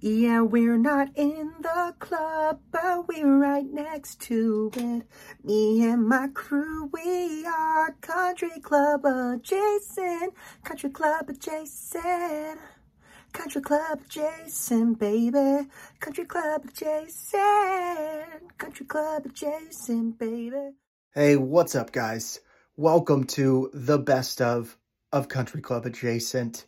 Yeah, we're not in the club, but we're right next to it. Me and my crew, we are country club adjacent. Country club adjacent. Country club adjacent, baby. Country club adjacent. Country club adjacent, baby. Hey, what's up, guys? Welcome to the best of of Country Club Adjacent.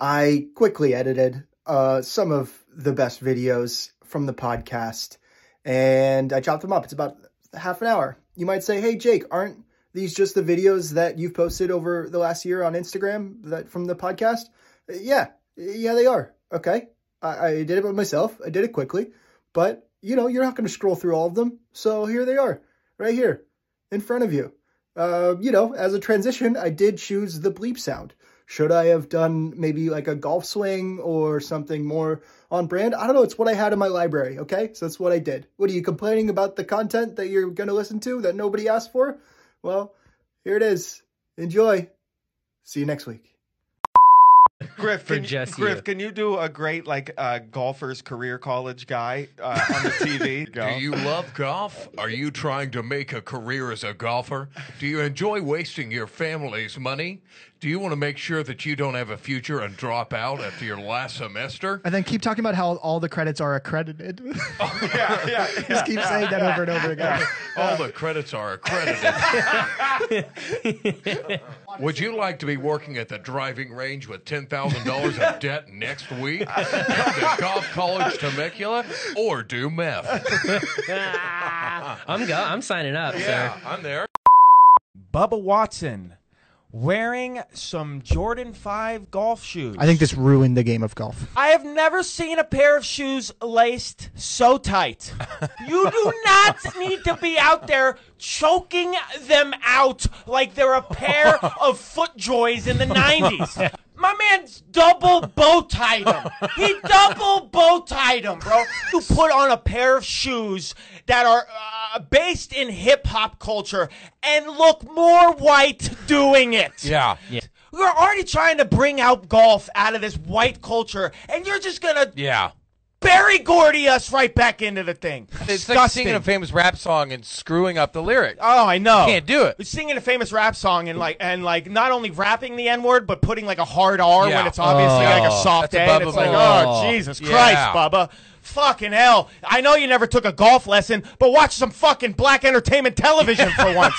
I quickly edited uh, some of the best videos from the podcast, and I chopped them up. It's about half an hour. You might say, "Hey, Jake, aren't these just the videos that you've posted over the last year on Instagram that from the podcast?" Uh, Yeah, yeah, they are. Okay, I, I did it by myself. I did it quickly, but you know, you're not going to scroll through all of them, so here they are, right here in front of you. Uh, you know, as a transition, I did choose the bleep sound. Should I have done maybe like a golf swing or something more on brand? I don't know. It's what I had in my library. Okay. So that's what I did. What are you complaining about the content that you're going to listen to that nobody asked for? Well, here it is. Enjoy. See you next week. Griff, For can, just Griff, you. can you do a great like uh, golfer's career college guy uh, on the TV? Go. Do you love golf? Are you trying to make a career as a golfer? Do you enjoy wasting your family's money? Do you want to make sure that you don't have a future and drop out after your last semester? And then keep talking about how all the credits are accredited. yeah, yeah, yeah. Just keep saying that over and over again. All the credits are accredited. Would you like to be working at the driving range with $10,000 of debt next week? Come to Golf College Temecula or do meth? I'm go. I'm signing up, Yeah, sir. I'm there. Bubba Watson wearing some Jordan 5 golf shoes. I think this ruined the game of golf. I have never seen a pair of shoes laced so tight. You do not need to be out there choking them out like they're a pair of foot joys in the 90s. My man's double bow tied him. He double bow tied him, bro. You put on a pair of shoes that are uh, based in hip hop culture and look more white doing it. Yeah. We're already trying to bring out golf out of this white culture, and you're just gonna Yeah. Barry Gordy us right back into the thing. It's like Disgusting. singing a famous rap song and screwing up the lyrics. oh, I know. Can't do it. It's Singing a famous rap song and like and like not only rapping the N word but putting like a hard R when Yeah. it's obviously like a Oh, soft A. that's and above and it's below. like, oh Jesus Yeah. Christ, Bubba. Fucking hell. I know you never took a golf lesson, but watch some fucking black entertainment television for once.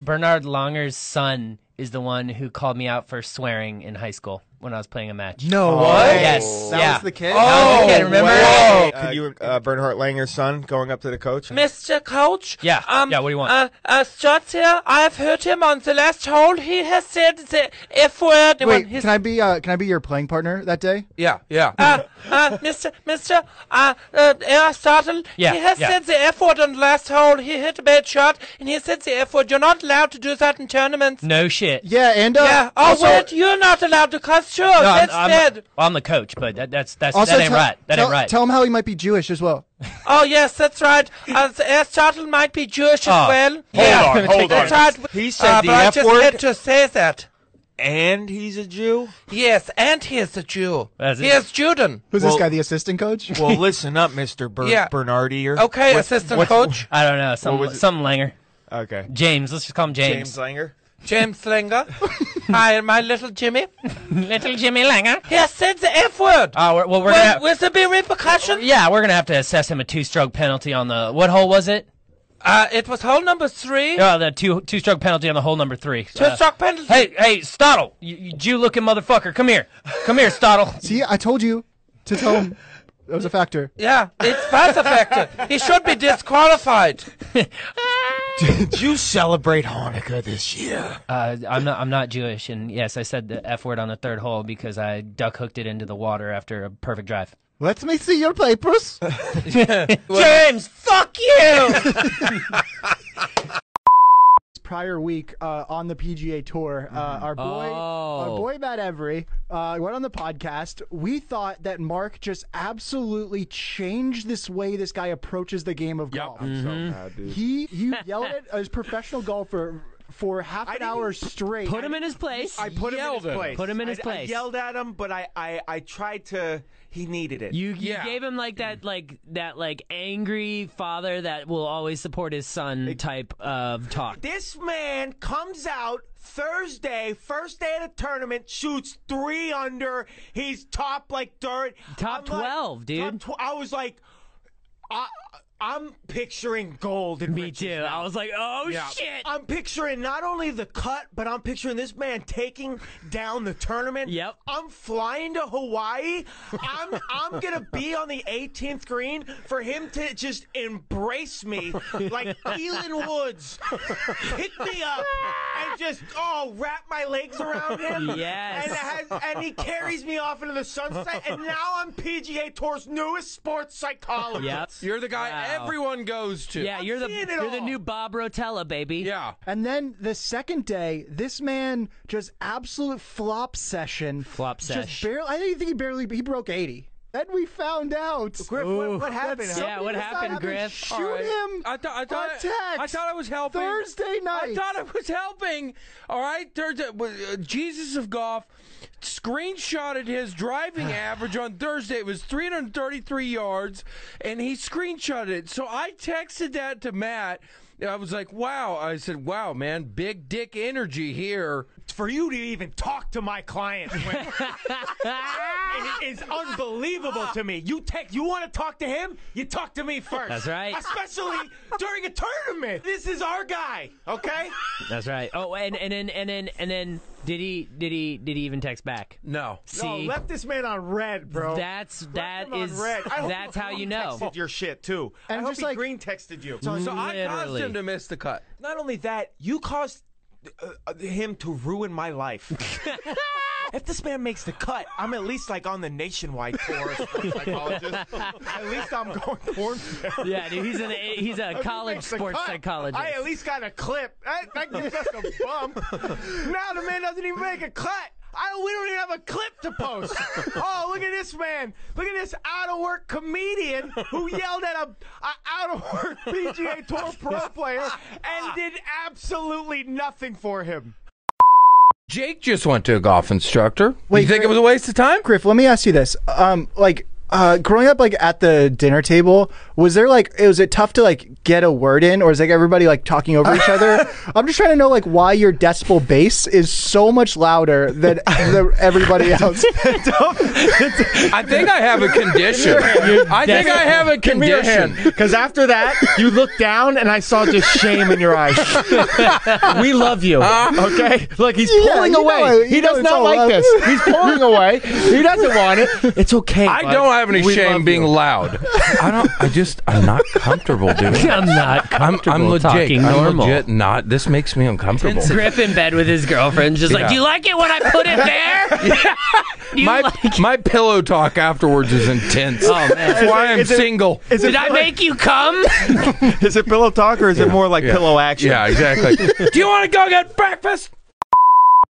Bernard Longer's son is the one who called me out for swearing in high school when I was playing a match. No. Oh, Yes. That yeah. was the kid. Oh, okay, remember? Wow. Can you uh, Bernhard Langer's son going up to the coach? Mr. Coach? Yeah. Um, Yeah, what do you want? Uh, uh, Studs here, I've heard him on the last hole. He has said the F word. Wait, can I be uh, can I be your playing partner that day? Yeah, yeah. uh, uh, Mr. Mr. Uh, uh, Aristotle, Yeah, he has yeah. said the F word on the last hole. He hit a bad shot, and he said the F word. You're not allowed to do that in tournaments. No shit. Yeah, and uh, Yeah. Oh, also, wait, you're not allowed to cuss. Sure, No, I'm, that's I'm- dead. well, I'm the coach, but that, that's that's also that ain't tell- right. That tell, ain't right. Tell him how he might be Jewish as well. Oh, yes, that's right. Uh, the Aristotle might be Jewish Oh. as well. Hold on, hold that's on. Right. He said uh, the but I just had to say that. and he's a Jew? Yes, and he is a Jew. That's it. He is Juden. Who's Well- this guy? The assistant coach? well, listen up, Mister Ber- Yeah. Bernardi. Or Okay, assistant coach I don't know. Some was it? some Langer. Okay, James. Let's just call him James James. Langer. James Langer. Hi, and my little Jimmy. Little Jimmy Langer. He has said the F word. Oh, we're, well, we're Will, gonna. Have, will there be repercussion? Oh, yeah, we're gonna have to assess him a two-stroke penalty on the what hole was it? Uh, it was hole number three. Oh, the two two-stroke penalty on the hole number three. Uh, Two-stroke penalty. Hey, hey, Stottle, you, you Jew-looking motherfucker, come here, come here, Stottle. See, I told you to tell him that was a factor. Yeah, it's pass factor. He should be disqualified. Did you celebrate Hanukkah this year? Uh, I'm not. I'm not Jewish, and yes, I said the f word on the third hole because I duck hooked it into the water after a perfect drive. Let me see your papers. James, fuck you. prior week uh, on the PGA Tour, uh, our boy, our Oh. boy Matt Every, uh, went on the podcast. We thought that Mark just absolutely changed this way this guy approaches the game of golf. He, you yelled at his professional golfer for half an hour straight. Put him in his place. put him in his place. Put him in his I, I place. yelled at him, but I, I, I tried to He needed it. You, you Yeah. gave him like that like that like angry father that will always support his son type of talk. This man comes out Thursday, first day of the tournament, shoots three under. He's top like dirt. Top I'm 12, dude. Top tw- I was like, I, I'm picturing gold. In Me Rich's too. mouth. I was like, oh Yeah. shit. I'm picturing not only the cut, but I'm picturing this man taking down the tournament. Yep. I'm flying to Hawaii. I'm I'm gonna be on the 18th green for him to just embrace me like Elon Woods, pick me up and just oh wrap my legs around him. Yes. And has, and he carries me off into the sunset. And now I'm PGA Tour's newest sports psychologist. Yep. You're the guy Wow. everyone goes to. Yeah, you're the seeing it you're the all. new Bob Rotella, baby. Yeah. And then the second day, this man just absolute flop session. Flop Just sesh. barely. I didn't think he barely. He broke eighty. Then we found out. Griff, what, what happened? That's huh? Yeah, what Something decided happened, to Griff? Shoot All right. him. I thought I thought on text I thought I was helping Thursday I night. thought I was helping. All right, Thursday. uh, Jesus of golf screenshotted his driving average on Thursday. It was 333 yards, and he screenshotted it. So I texted that uh, to Matt. I was like, "Wow!" I said, "Wow, man, big dick energy here." for you to even talk to my client it is unbelievable to me. You take you want to talk to him, you talk to me first. That's right. Especially during a tournament. This is our guy, okay? That's right. Oh, and and then and then and then did he did he did he even text back? No, No, See, Oh, left this man on red, bro. that's that Left him on is red. I hope- that's how I you hope know. he texted your shit too. And I hope just he like- green texted you. so I caused Literally. him to miss the cut. not only that, you caused uh, uh, him to ruin my life. if this man makes the cut, I'm at least like on the nationwide tour. psychologist. at least I'm going cornfield. Yeah, dude, he's an he's a college Makes the sports cut. psychologist. I at least got a clip. That, that gives us a bump. now the man doesn't even make a cut. I, we don't even have a clip to post. oh, look at this man. Look at this out of work comedian who yelled at a, a out of work PGA Tour pro player Ah. and did absolutely nothing for him. Jake just went to a golf instructor. Wait, you think Greg- it was a waste of time? Griff, let me ask you this. Um, like, uh, growing up, like at the dinner table, was there like, was it tough to like get a word in, or is like everybody like talking over each other? I'm just trying to know like why your decibel bass is so much louder than the, everybody else. I think I have a condition. I think I have a condition. Because after that, you looked down and I saw just shame in your eyes. we love you. Ah. Okay? Look, he's Yeah, pulling you know away. I- you he know does it's not all like love. this. He's pulling away. He doesn't want it. It's okay. I bud. don't have any We shame love being you. loud. I don't. I just. I'm not comfortable doing it. I'm not I'm. comfortable I'm legit. talking I'm normal. legit not. This makes me uncomfortable. Griff in bed with his girlfriend, just Yeah. like, do you like it when I put it there? Do you My like- my pillow talk afterwards is intense. Oh man, that's why I'm single. did I make you come? Is it pillow talk or is it more like Yeah. pillow action? yeah, exactly. Do you want to go get breakfast?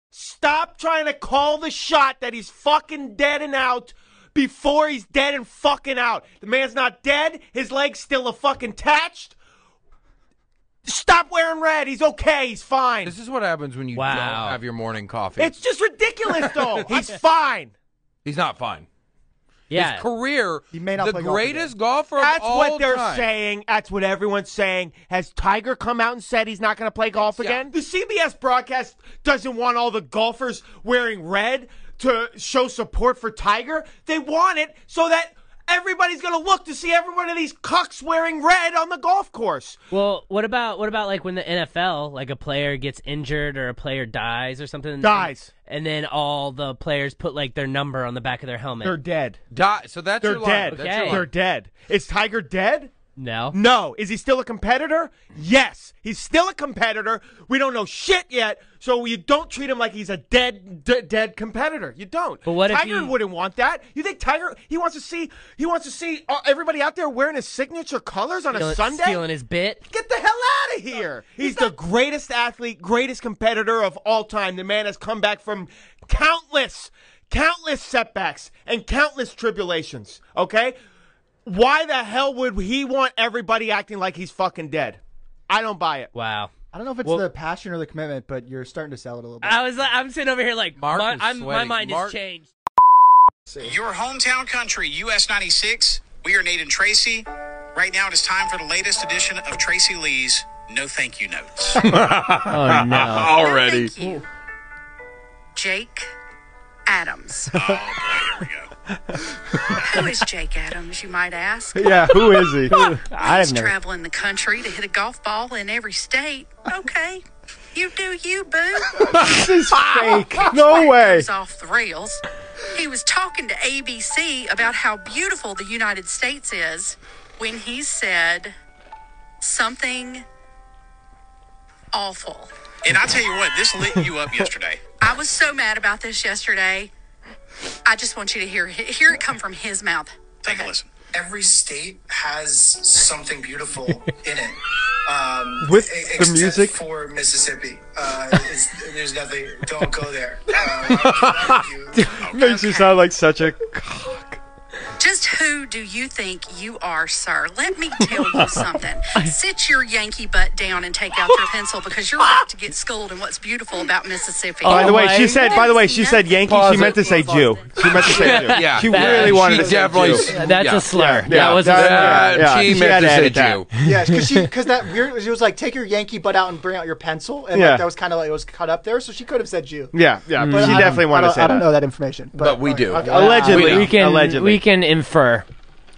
Stop trying to call the shot that he's fucking dead and out before he's dead and fucking out. The man's not dead. His leg's still a fucking attached. Stop wearing red. He's okay. He's fine. This is what happens when you don't Wow. have your morning coffee. It's just ridiculous, though. he's fine. He's not fine. Yeah. His career, He may not the play golf greatest golfer of That's all what they're time. saying. That's what everyone's saying. Has Tiger come out and said he's not going to play golf again? The CBS broadcast doesn't want all the golfers wearing red to show support for Tiger. They want it so that everybody's going to look to see every one of these cucks wearing red on the golf course. Well, what about what about like when the NFL, like a player gets injured or a player dies or something, Dies. and, and then all the players put like their number on the back of their helmet. They're dead. Die. So that's They're your line. dead. That's your Okay. line. They're dead. Is Tiger dead? no, No. Is he still a competitor? Yes. He's still a competitor. We don't know shit yet, so you don't treat him like he's a dead, d- dead competitor. You don't. But what if Tiger he- wouldn't want that? You think Tiger? He wants to see. He wants to see uh, everybody out there wearing his signature colors on Stealing- a Sunday. stealing his bit. Get the hell out of here! He's, the greatest athlete, greatest competitor of all time. The man has come back from countless, countless setbacks and countless tribulations. Okay? Why the hell would he want everybody acting like he's fucking dead? I don't buy it. Wow. I don't know if it's the passion or the commitment, but you're starting to sell it a little bit. I was like, I'm sitting over here like, Mark my, is I'm, my sweating. mind Mark- has changed. Your hometown country, US 96. We are Nate and Tracy. Right now, it is time for the latest edition of Tracy Lee's No Thank You Notes. oh no. Already. thank you. Jake Adams. Oh, boy, here we go. Who is Jake Adams, you might ask? Yeah, who is he? I He's have never. traveling the country to hit a golf ball in every state. Okay. You do you, boo. This is fake. No way. was off the rails. He was talking to ABC about how beautiful the United States is when he said something awful. And I tell you what, this lit you up yesterday. I was so mad about this yesterday. I just want you to hear hear it come from his mouth. Take a listen. Every state has something beautiful in it. Um, With e- the except music? for Mississippi, uh, it's, there's nothing. Don't go there. Uh, Makes you sound like such a. Just who do you think you are, sir? Let me tell you something. Sit your Yankee butt down and take out your pencil because you're about to get schooled in what's beautiful about Mississippi. Oh, by the way, she said. By the way, she said Yankee. she meant to say Jew. She meant to say Jew. Yeah. She That- really wanted she to say definitely- Jew. That's a slur. That was a slur. She meant had to say edit that. Jew. yes, because she because that weird she was like take your Yankee butt out and bring out your pencil and Yeah. like, that was kind of like it was cut up there, so she could have said you. Yeah, yeah, But but she I don't- definitely I wanted to don't- say I don't that. know that information, but, But we do. okay. Allegedly. We know. we can Allegedly. we can infer.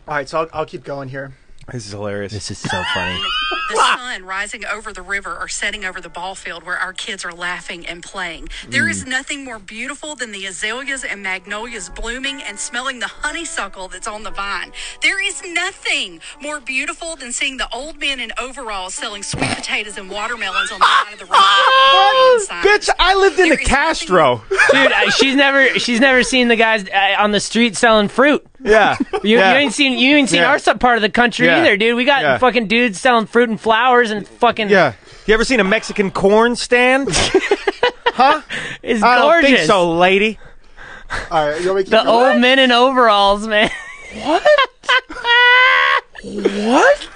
All right, so I'll, I'll keep going here. This is hilarious. This is so funny. The sun rising over the river or setting over the ball field where our kids are laughing and playing. There is Mm. nothing more beautiful than the azaleas and magnolias blooming and smelling the honeysuckle that's on the vine. There is nothing more beautiful than seeing the old men in overalls selling sweet potatoes and watermelons on the side of the road. Bitch, I lived in the Castro. Dude, I- she's never she's never seen the guys uh, on the street selling fruit. Yeah, You, yeah. you ain't seen you ain't seen Yeah. our sub part of the country Yeah. either, dude. We got Yeah. fucking dudes selling fruit and flowers and fucking Yeah. You ever seen a Mexican corn stand? huh? It's I don't think gorgeous. so, lady. All right, you want me to keep the going? old men in overalls, man. What? What?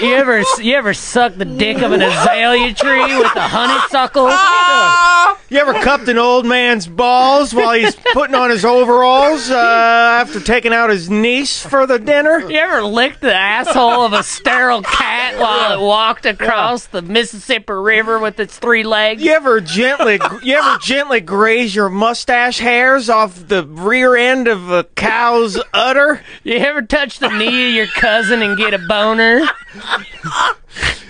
You ever you ever suck the dick of an azalea tree with a honeysuckle? You ever cupped an old man's balls while he's putting on his overalls uh, after taking out his niece for the dinner? You ever licked the asshole of a sterile cat while it walked across the Mississippi River with its three legs? You ever gently, you ever gently graze your mustache hairs off the rear end of a cow's udder? You ever touch the knee of your cousin and get a boner?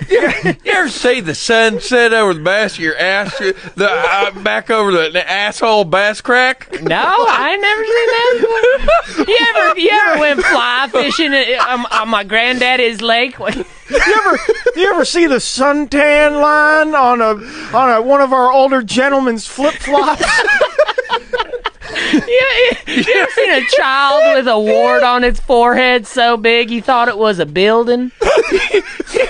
You ever see the sunset over the bass of your ass, the uh, back over the, the asshole bass crack? No, I ain't never seen that. You ever you ever went fly fishing at- on, on my granddaddy's lake? You ever, you ever see the suntan line on a on a one of our older gentlemen's flip flops? you, you, you ever seen a child with a wart on its forehead so big you thought it was a building? You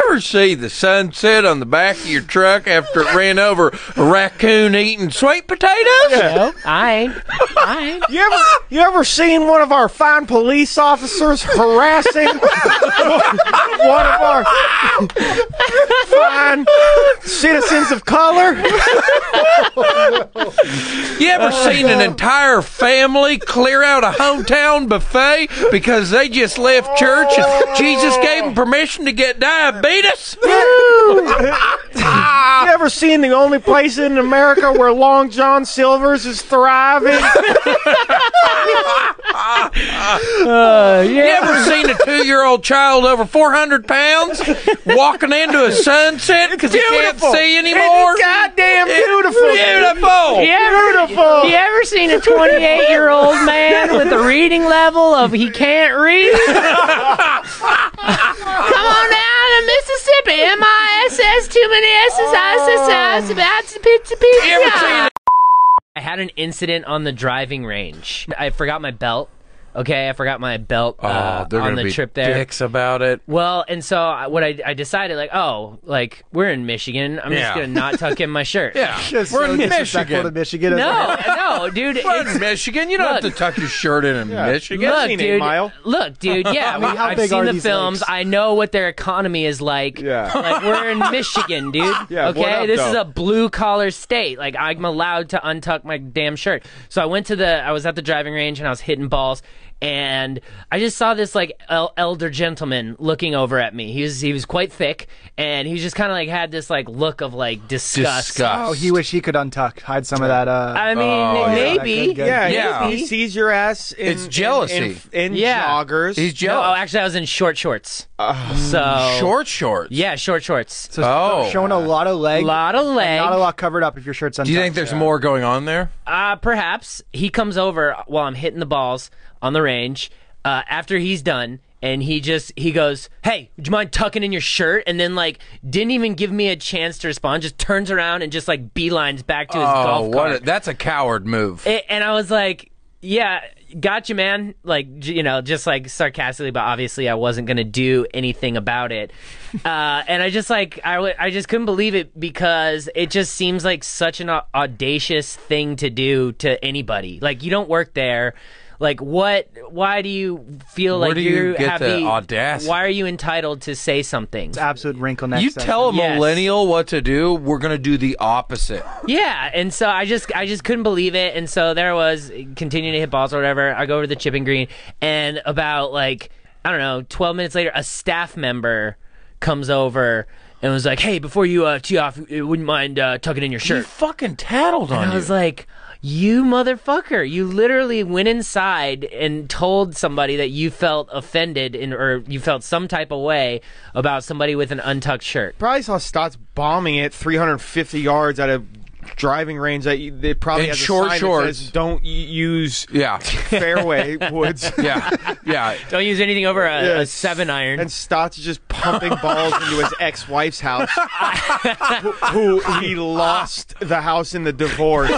ever see the sunset on the back of your truck after it ran over a raccoon eating sweet potatoes? No, I ain't. I ain't. You ever you ever seen one of our fine police officers harassing one of our fine citizens of color? You ever seen an entire family clear out a hometown buffet because they just left church and Jesus gave them permission to get diabetes? you ever seen the only place in America where Long John Silver's is thriving? You ever seen a two-year-old child over 400 pounds walking into a sunset because he can't Beautiful. see anymore? It's goddamn beautiful. Beautiful. You ever, Beautiful. You ever seen a 28 year old man with a reading level of he can't read? Come on down to Mississippi. M I S S. Too many S's. I S S. About to pizza pizza. I had an incident on the driving range. I forgot my belt. Okay, I forgot my belt uh, they're on gonna the be trip there. dicks about it. Well, and so I, what I, I decided, like, oh, like we're in Michigan. I'm Yeah. just gonna not tuck in my shirt. Yeah. Just We're so in disrespectful Michigan. to Michigan. No, no, dude. We're it's- in Michigan. You don't have look. to tuck your shirt in in Michigan. Look, dude. Look, dude. Yeah, I mean, how I've big seen are the these films. lakes? I know what their economy is like. Yeah. Like we're in Michigan, dude. Yeah, what okay, up, this is though? a blue collar state. Like I'm allowed to untuck my damn shirt. So I went to the. I was at the driving range and I was hitting balls. And I just saw this like el- elder gentleman looking over at me. He was he was quite thick, and he was just kind of like had this like look of like disgust. Oh, he wish he could untuck, hide some of that. Uh, I mean, Oh, yeah. maybe. Yeah, Yeah. He, he sees your ass. In, It's in- jealousy. In, in Yeah. joggers. He's jealous. No, oh, actually, I was in short shorts. Oh, so short shorts. Oh. Yeah, short shorts. So Oh. showing a lot of leg, lot of leg, not a lot covered up if your shirt's untucked. Do you think there's more going on there? Uh, perhaps he comes over while I'm hitting the balls on the range. Uh, after he's done, and he just he goes, "Hey, would you mind tucking in your shirt?" And then like didn't even give me a chance to respond. Just turns around and just like beelines back to his oh, golf what? cart. A, that's a coward move. A- and I was like, "Yeah, gotcha, man." Like j- you know, just like sarcastically, but obviously I wasn't gonna do anything about it. Uh, and I just like I, w- I just couldn't believe it because it just seems like such an au- audacious thing to do to anybody. Like you don't work there. Like what? Why do you feel Where like do you you get have the audacity? Why are you entitled to say something? It's absolute wrinkle You tell a Yes. millennial what to do. We're gonna do the opposite. Yeah, and so I just I just couldn't believe it, and so there I was continuing to hit balls or whatever. I go over to the chipping green, and about like I don't know, twelve minutes later, a staff member comes over and was like, "Hey, before you uh, tee off, uh, wouldn't mind uh, tucking in your shirt." fucking tattled and I was like, "You motherfucker! You literally went inside and told somebody that you felt offended in, or you felt some type of way about somebody with an untucked shirt." Probably saw Stotts bombing it 350 yards out of driving range that you, they probably In has a short sign that shorts. says, don't y- use yeah fairway woods. Yeah, yeah. Don't use anything over a, a Yes. seven iron. And Stotts is just pumping balls into his ex-wife's house, who, who he lost the house in the divorce.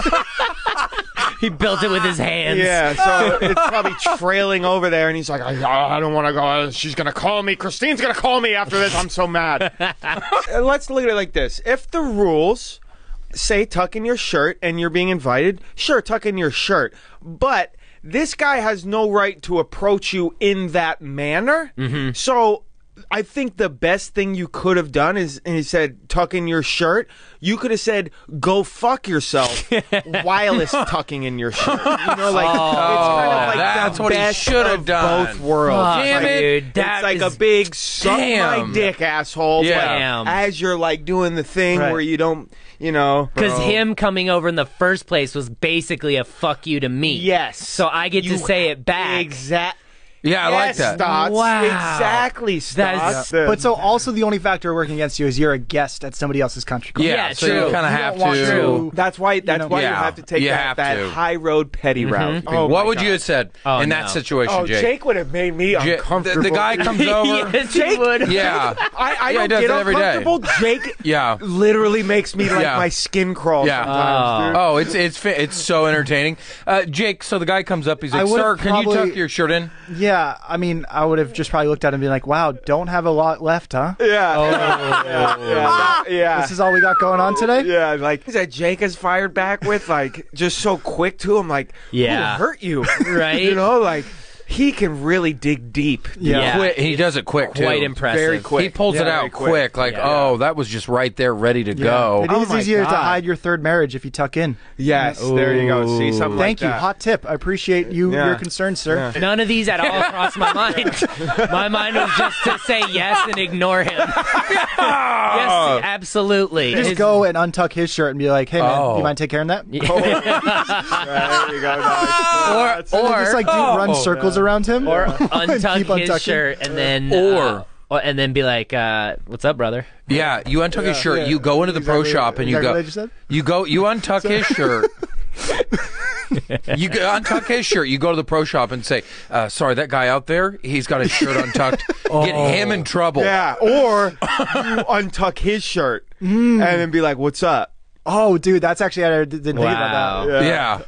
He built it with his hands. Yeah, so it's probably trailing over there, and he's like, I, I don't want to go. She's going to call me. Christine's going to call me after this. I'm so mad. Uh, Let's look at it like this. If the rules say tuck in your shirt and you're being invited, sure, tuck in your shirt. But this guy has no right to approach you in that manner. Mm-hmm. So. I think the best thing you could have done is, and he said, tuck in your shirt. You could have said, go fuck yourself while it's tucking in your shirt. You know, like, it's kind of like Oh, that's the what he best should have of done. Both worlds. Fuck, Damn Like, it. dude, that it's like is- a big suck Damn. my dick, asshole. Yeah. Like, Damn. as you're like doing the thing Right. where you don't, you know, Because him coming over in the first place was basically a fuck you to me. Yes. So I get to say it back. Exact. Yeah, Yes, Stotts. Wow. Exactly, Stotts. Yeah. But so also the only factor working against you is you're a guest at somebody else's country club. That's why. That's know- why you Yeah. have to take You that, have that to. high road petty Mhm. route. Oh What my would you God. have said Oh, in that no. situation, Oh, Jake? would have made me Ja- the- the uncomfortable. guy comes over- Yes, he Jake would. Yeah. I, I Yeah, he don't does get it every day. uncomfortable. Jake Yeah. literally makes me like Yeah. my skin crawl Yeah. sometimes. dude. Oh, it's it's fa- it's so entertaining. Uh, Jake, so the guy comes up. He's I like, would've "Sir, can you tuck probably- your shirt in?" Yeah, I mean, I would have just probably looked at him and been like, "Wow, don't have a lot left, huh?" Yeah. Oh, yeah. Yeah. yeah. This is all we got going on today. Yeah, like that Jake has fired back with, like just so quick to him, like Yeah. yeah, hurt you, Right? You know, like he can really dig deep. Yeah. Quick- he does it quick too. Quite impressive. Very quick. He pulls it Yeah. out Very quick. quick. Like, oh, that was just right there, ready to go. It is easier to hide your third marriage if you tuck in. Yes, there you go. See, something like Thank you. that. Hot tip. I appreciate you Yeah. your concern, sir. None of these at all crossed my mind. my mind was just to say yes and ignore him. yes, absolutely. Just His- go and untuck his shirt and be like, "Hey man, Oh. you mind take care of that?" there you go. or or- just like do Oh. run circles around him, Or And keep untuck untucking. his shirt and then Or- uh, and then be like, uh, "What's up, brother?" Yeah, you untuck his Yeah, shirt. yeah. You go into the pro Exactly- shop and you exactly go. what I just said? You go. You untuck his shirt. you go, untuck his shirt. You go to the pro shop and say, uh, "Sorry, that guy out there, he's got his shirt untucked. Get Oh. him in trouble." Yeah, or you untuck his shirt and then be like, "What's up?" Oh, dude, that's actually I didn't think about that. yeah.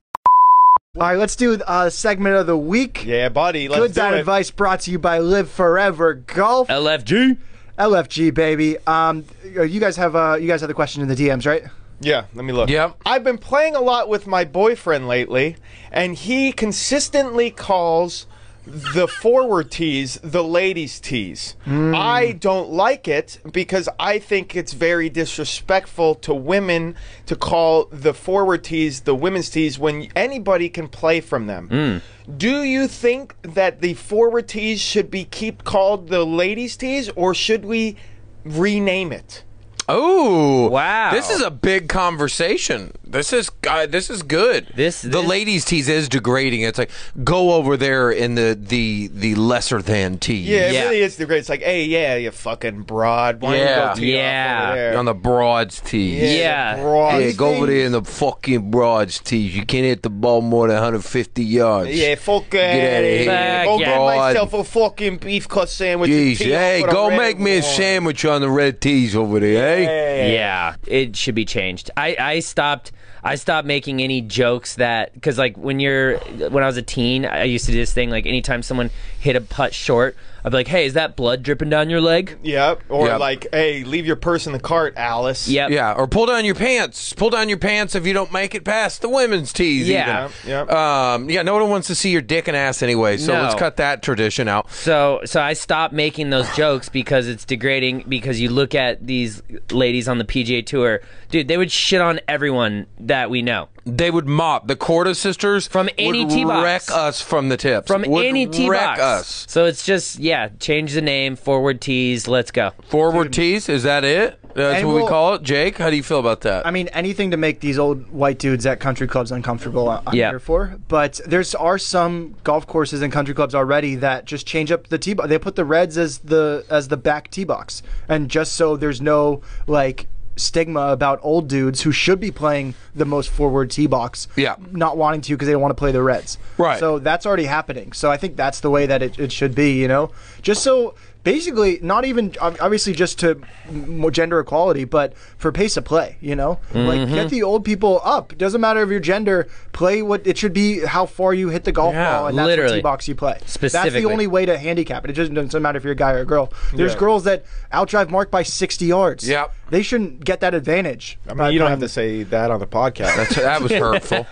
All right, let's do uh, segment of the week. Yeah, buddy. Good bad advice brought to you by Live Forever Golf. LFG. LFG, baby. Um, you guys have uh, you guys have the question in the DMs, right? Yeah, let me look. Yep. I've been playing a lot with my boyfriend lately, and he consistently calls the forward tees the ladies' tees. Hmm. Mm. I don't like it because I think it's very disrespectful to women to call the forward tees the women's tees when anybody can play from them. Hmm. Do you think that the forward tees should be keep called the ladies' tees, or should we rename it? Oh wow! This is a big conversation. This is uh, this is good. This the ladies' tease is degrading. It's like go over there in the the the lesser than tease. Yeah, it really is the great. It's like, hey, yeah, you fucking broad. Why yeah, don't you go tee off over there? on the broads tees. Yeah, Yeah. the broads Yeah, go over tees. there in the fucking broads tees. You can't hit the ball more than 150 yards. Yeah, fuck eh, Get out of here. Go get Broad. myself a fucking beef cut sandwich. and Jeez, tee off hey, with a go red make me a wine. sandwich on the red tees over there, eh? Yeah, it should be changed. I, I stopped I stopped making any jokes that because like when you're when I was a teen, I used to do this thing like anytime someone hit a putt short, I'd be like, "Hey, is that blood dripping down your leg?" Yep. Or Yep. like, hey, leave your purse in the cart, Alice. Yep. Yeah, or pull down your pants. Pull down your pants if you don't make it past the women's tees. Yeah. even. Um, yeah. No one wants to see your dick and ass anyway. So No. let's cut that tradition out. So so I stopped making those jokes because it's degrading because you look at these ladies on the PGA tour, dude, they would shit on everyone that we know. They would mop the Corda sisters from any would tee box. wreck us from the tips. From Would any tee wreck box. us. So it's just yeah, change the name, forward tees, let's go. Forward tees, is that it? That's And what we'll- we call it. Jake, how do you feel about that? I mean, anything to make these old white dudes at country clubs uncomfortable, I- I'm Yeah. here for. But there's are some golf courses and country clubs already that just change up the tee. Bo- they put the reds as the as the back tee box, and just so there's no like stigma about old dudes who should be playing the most forward tee box, Yeah. not wanting to because they don't want to play the reds. Right. So that's already happening. So I think that's the way that it, it should be. You know, just so basically not even ob- obviously just to m- more gender equality, but for pace of play. You know, like Mhm. get the old people up. It doesn't matter if your gender. Play what it should be. How far you hit the golf Yeah, ball and that's literally. what tee box you play. That's Specifically. the only way to handicap it. It just doesn't matter if you're a guy or a girl. There's Yeah. girls that outdrive Mark by 60 yards. Yep. They shouldn't get that advantage. I mean, you don't have to say that on the podcast. That's, that was hurtful.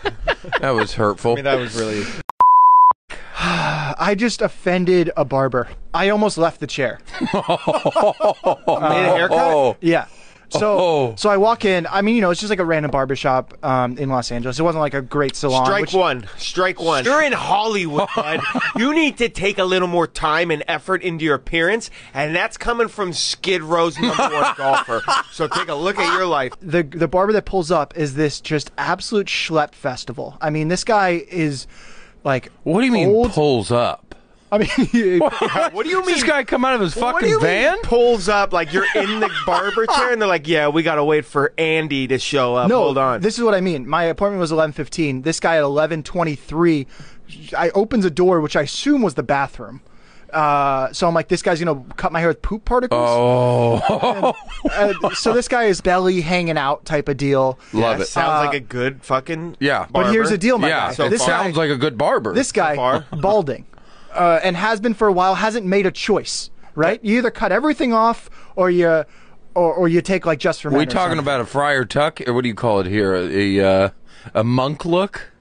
that was hurtful. I mean, that was really. I just offended a barber. I almost left the chair. Made a haircut? Oh. Yeah. So, Oh. so I walk in. I mean, you know, it's just like a random barber shop um, in Los Angeles. It wasn't like a great salon. Strike which- one. Strike one. You're in Hollywood, bud. you need to take a little more time and effort into your appearance, and that's coming from Skid Row's number one golfer. So take a look at your life. The the barber that pulls up is this just absolute schlep festival. I mean, this guy is like. What do you mean old- pulls up? I mean, What do you mean? This guy come out of his fucking van? Pulls up like you're in the barber chair, and they're like, "Yeah, we gotta wait for Andy to show up. no, Hold on." This is what I mean. My appointment was eleven fifteen. This guy at eleven twenty three, I opens a door which I assume was the bathroom. Uh, so I'm like, this guy's gonna cut my hair with poop particles. Oh, And- and so this guy is belly hanging out type of deal. Love it. Sounds Uh, like a good fucking yeah. But here's the deal, my yeah. guy. So This sounds guy- like a good barber. This guy, balding, uh, and has been for a while, hasn't made a choice. Right? You either cut everything off, or you, or, or you take like just for men. we or talking something. about a friar tuck, or what do you call it here? A a, uh, a monk look?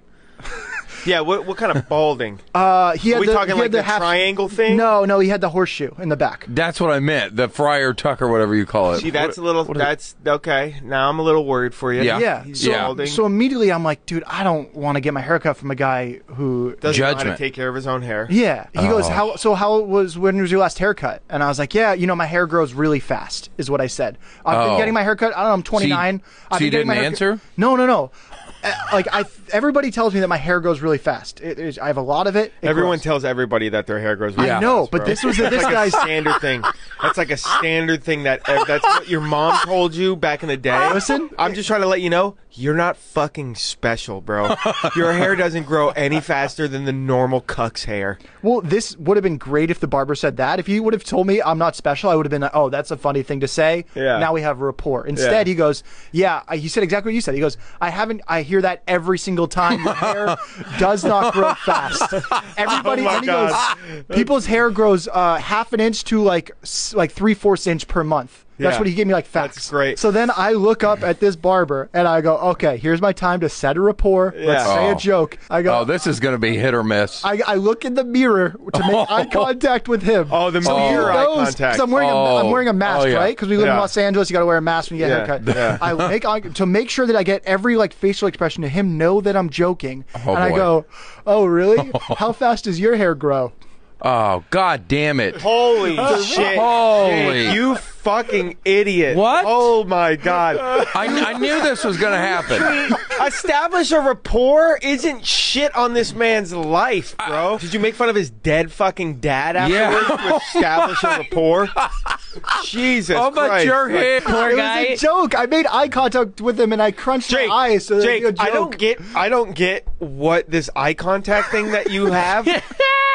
yeah. What, what kind of balding? Uh, he Are had we the, talking he had like the half- triangle thing? No, no, he had the horseshoe in the back. That's what I meant. The friar tuck, or whatever you call it. See, that's a What- little. That's okay. Now I'm a little worried for you. Yeah. Yeah. He's So, balding. so immediately I'm like, dude, I don't want to get my haircut from a guy who doesn't know how to take care of his own hair. Yeah. He goes, Oh. how? So how was when was your last haircut? And I was like, yeah, you know, my hair grows really fast, is what I said. I've Oh. been getting my haircut. I don't know. I'm 29. So you- I've so been you getting my didn't haircut- answer? No, no, no. Uh, like I, everybody tells me that my hair grows really fast. It, it- I have a lot of it. It Everyone grows. tells everybody that their hair grows. I really know, fast, but bro. this was the- That's this like a guy's- standard thing. That's like a standard thing that ev- that's what your mom told you back in the day. Listen, I'm just trying to let you know you're not fucking special, bro. Your hair doesn't grow any faster than the normal cuck's hair. Well, this would have been great if the barber said that. If he would have told me I'm not special, I would have been like, "Oh, that's a funny thing to say." Yeah. Now we have a rapport. Instead, Yeah. he goes, "Yeah." I- He said exactly what you said. He goes, "I haven't. I hear that every single time. Your hair does not grow fast. Everybody, Oh my and he goes, God. people's hair grows uh, half an inch to like s- like three fourths inch per month. That's Yeah. what he gave me like facts. That's great. So then I look up at this barber and I go, okay, here's my time to set a rapport. Let's say a Oh. joke. I go. Oh, this is going to be hit or miss. I, I look in the mirror to make eye contact with him. Oh, the so he mirror eye knows, contact. 'cause I'm wearing, a, I'm Oh. wearing a mask, Oh, yeah. right? Because we live in Yeah. Los Angeles, you got to wear a mask when you get Yeah. a haircut. Yeah. I make eye, to make sure that I get every like facial expression to him know that I'm joking, Oh, and I boy. go, "Oh, really? How fast does your hair grow?" Oh, god damn it. Holy shit. Holy. Jake, you fucking idiot. What? Oh my god. I, I knew this was going to happen. Establish a rapport isn't shit on this man's life, bro. Did you make fun of his dead fucking dad Yeah. afterwards to establish a rapport? Jesus How about Christ. your hair? Poor it guy. was a joke. I made eye contact with him, and I crunched my eyes. So that it'd Jake, be a joke. I don't get, I don't get what this eye contact thing that you have,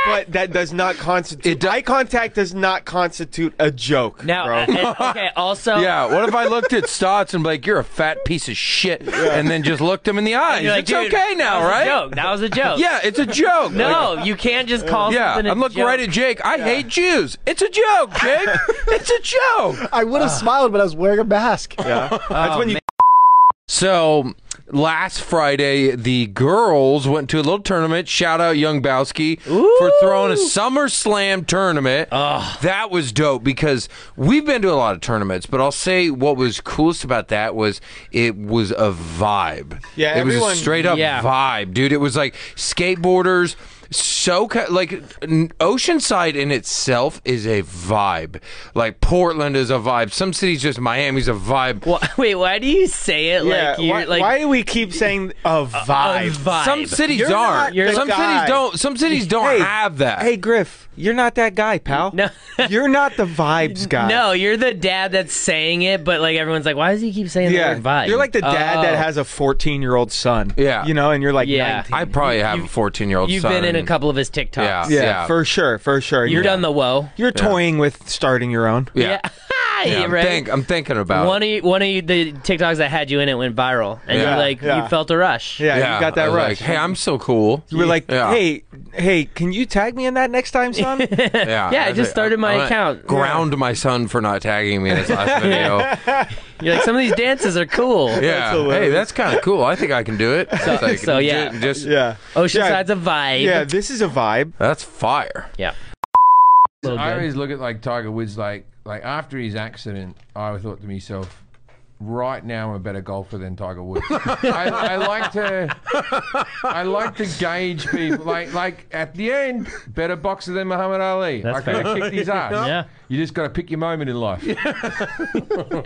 but that does not constitute. eye contact does not constitute a joke. Now, uh, okay. Also, yeah, what if I looked at Stotts and be like, you're a fat piece of shit, and then just looked him in the eyes? you're like, it's "Dude, okay now, that was a right? joke. That was a joke. Yeah, it's a joke. No, Like- you can't just call Yeah, something a I'm looking joke. right at Jake. I hate Jews. It's a joke, Jake. it's a joke. I would have smiled, but I was wearing a mask. Ah. Yeah. That's when you- So last Friday, the girls went to a little tournament. Shout out Young Bowski for throwing a SummerSlam tournament. That was dope because we've been to a lot of tournaments, but I'll say what was coolest about that was it was a vibe. Yeah, it was everyone- a straight up yeah. vibe, dude. It was like skateboarders. So like n- Oceanside in itself is a vibe. Like Portland is a vibe. Some cities just Miami's a vibe. Wait, why do you say it Yeah, like you're why- like? why do we keep saying a vibe? Some cities You're not aren't. the Some guy. cities don't. Some cities don't Hey, have that. Hey, Griff, you're not that guy, pal. No, you're not the vibes guy. No, you're the dad that's saying it, but like everyone's like, why does he keep saying Yeah, the word vibe? you're like the dad that Oh. has a 14 year old son. Yeah, you know, and you're like, Yeah. 19. I probably have a 14 year old. You've been in a couple of his TikToks. Yeah, for sure, for sure. You've done the woe. You're Yeah. toying with starting your own. Yeah. Yeah, I'm, right? think- I'm thinking about. one of you, one of you, the TikToks that had you in it went viral, and Yeah. you like Yeah. you felt a rush. it. I was like, hey, I'm so cool. You were like, Yeah. hey, hey, can you tag me in that next time, son? Yeah, Yeah, I was like, just started my gonna account. Ground my son for not tagging me in his last video. You're like, some of these dances are cool. yeah, hey, that's kind of cool. I think I can do it. So, so, yeah. just yeah, Oceanside's a vibe. Yeah, this is a vibe. That's fire. Yeah. I always look at like Tiger Woods, like like after his accident, I thought to myself, right now I'm a better golfer than Tiger Woods. I, I like to, I like to gauge people. Like like at the end, better boxer than Muhammad Ali. That's I could fair. have kicked his ass. Yeah. You just got to pick your moment in life.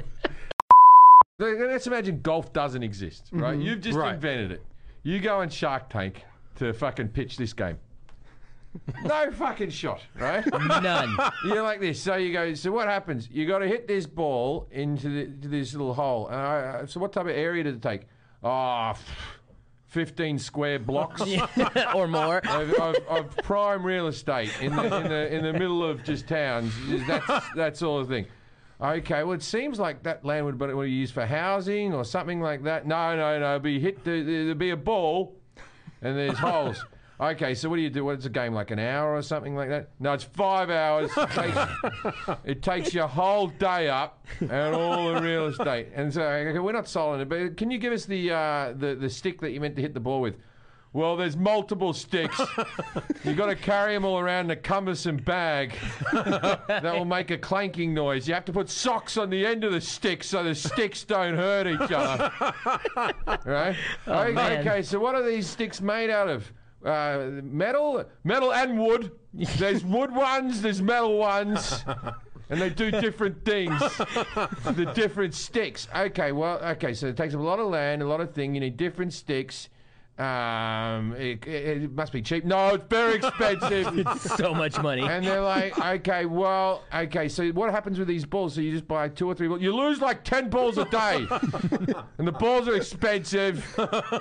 Let's imagine golf doesn't exist, right? Mhm. You've just Right. invented it. You go on Shark Tank to fucking pitch this game. No fucking shot, right? None. You're like this. So you go. So what happens? You got to hit this ball into the, to this little hole. And I, so what type of area did it take? Ah, f- 15 square blocks or more of, of, of prime real estate in the, in the in the middle of just towns. That's that sort of thing. Okay, well, it seems like that land would be used for housing or something like that. No, no, no. Be hit. there- There'd be a ball, and there's holes. Okay, so what do you do? What's a game like an hour or something like that? No, it's five hours. It takes, it takes your whole day up and all the real estate. And so okay, we're not solving it. But can you give us the uh, the the stick that you meant to hit the ball with? Well, there's multiple sticks. you got to carry them all around in a cumbersome bag that will make a clanking noise. You have to put socks on the end of the stick so the sticks don't hurt each other. right? Oh, okay, man. okay, so what are these sticks made out of? Uh, metal, metal and wood. There's wood ones. There's metal ones. And they do different things, the different sticks. Okay, well, okay, so it takes up a lot of land, a lot of thing. You need different sticks. Um, it, it, it must be cheap. No, it's very expensive. It's so much money. And they're like, okay, well, okay, so what happens with these balls? So you just buy two or three balls. You lose like 10 balls a day. and the balls are expensive.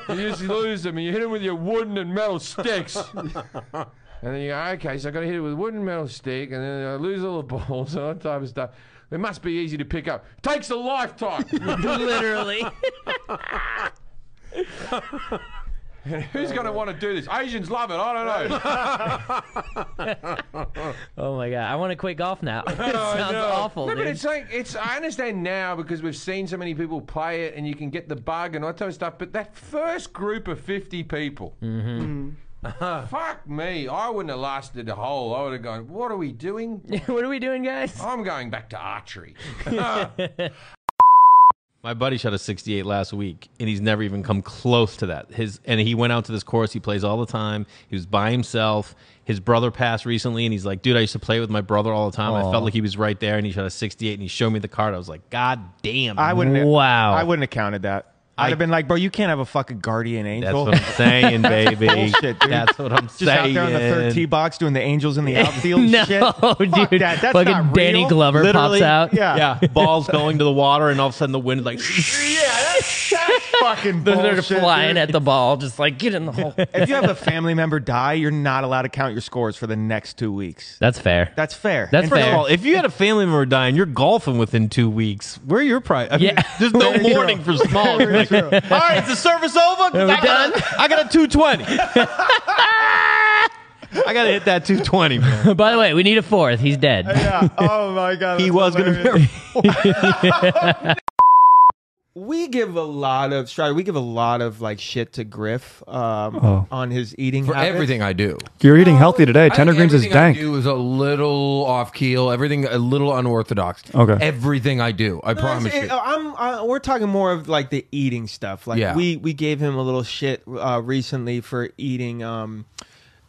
You just lose them and you hit them with your wooden and metal sticks. And then you go, okay, so I got to hit it with a wooden metal stick, and then I lose all the balls and all that type of stuff. It must be easy to pick up. Takes a lifetime. Literally. Who's going to want to do this? Asians love it. I don't know. Oh my god, I want to quit golf now. it Oh, I sounds know. awful. No, dude. but it's like it's. I understand now because we've seen so many people play it, and you can get the bug and all that type of stuff. But that first group of fifty people, Mm-hmm. Mm. fuck me, I wouldn't have lasted a hole. I would have gone. What are we doing? what are we doing, guys? I'm going back to archery. My buddy shot a 68 last week, and he's never even come close to that. His and he went out to this course. He plays all the time. He was by himself. His brother passed recently, and he's like, "Dude, I used to play with my brother all the time. I Aw. felt like he was right there." And he shot a 68, and he showed me the card. I was like, "God damn!" I wouldn't. Wow. I wouldn't have counted that. I'd I- have been like, bro, you can't have a fucking guardian angel. what I'm saying, baby. Bullshit, dude. That's what I'm Just out there on the third saying. tee box doing the angels in the outfield No, shit. Fuck dude. that. That's Fucking not Danny real. Glover Literally, pops out. Yeah. yeah. Balls going to the water, and all of a sudden the wind like. fucking oh, They're- they're bullshit, flying dude. at the ball, just like get in the hole. if you have a family member die, you're not allowed to count your scores for the next two weeks. That's fair. That's fair. That's And first of fair. all, if you had a family member dying, you're golfing within two weeks. Where are your pri I mean, Yeah. There's no Very warning for true. small. Very Like, true. All right, is the service over? Are we I, done? got a, I got a 220. I got to hit that 220, man. By the way, we need a fourth. He's dead. Yeah. Oh my god. He was gonna to. we give a lot of Strider. We give a lot of like shit to Griff um, Oh. on his eating For habits. everything I do. You're eating healthy today. Tender greens is everything I dank. do is a little off keel. Everything a little unorthodox. Okay. Everything I do, I No, it's- promise you. uh, it- I'm, I, we're talking more of like the eating stuff. Like Yeah. we we gave him a little shit uh, recently for eating um,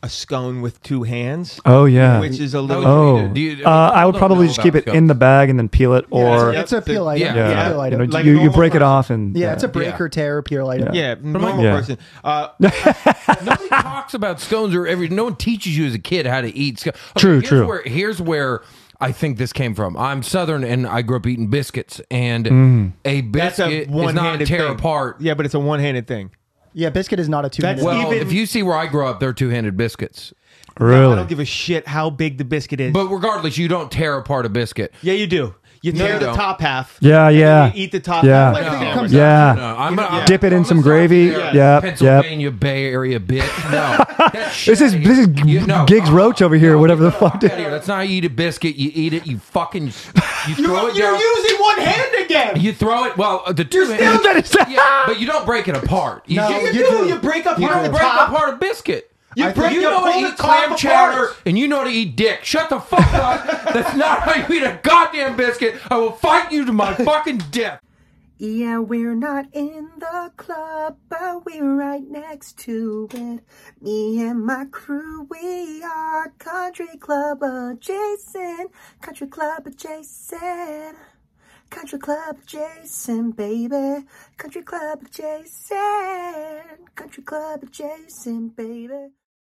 a scone with two hands. Oh yeah. which is a little. Oh, uh, I would probably just keep it in the bag and then peel it, or it's a it's a peel item. Yeah, Yeah. Peel item. You, know, Like you, you normal break it off and Yeah, it's a break or tear peel item. Yeah, normal Yeah. person. Uh, Nobody talks about scones or every. No one teaches you as a kid how to eat scones. True, here's true. Where, here's where I think this came from. I'm Southern and I grew up eating biscuits, and Mm. a That's a biscuit is not one-handed tear thing. apart. Yeah, but it's a one-handed thing. Yeah, biscuit is not a two. minute well, if you see where I grew up, they're two-handed biscuits. I don't give a shit how big the biscuit is. But regardless, you don't tear apart a biscuit. Yeah, you do. You No, tear you the don't. top half. yeah, and yeah. then You eat the top yeah, half. like, No. it comes yeah. out. I'm not- I'm- Dip it in some gravy. Yeah, yep. Pennsylvania Bay Area bitch. No, This is this is Gigs uh, Roach over here. whatever the fuck. Out of here. that's not how you eat a biscuit. You eat it. You fucking you throw it You're down. using one hand again. You throw it. Well, uh, the two. still hand, yeah, but you don't break it apart. No, you do. You break apart You the don't break top. apart a biscuit. You I- break- you you know how pull to the eat clam top chowder apart. and you know how to eat dick. Shut the fuck up. That's not how you eat a goddamn biscuit. I will fight you to my fucking death. Yeah, we're not in the club, but we're right next to it. Me and my crew, we are country club adjacent. Country club adjacent. Country club adjacent, baby. Country club adjacent. Country club adjacent, baby.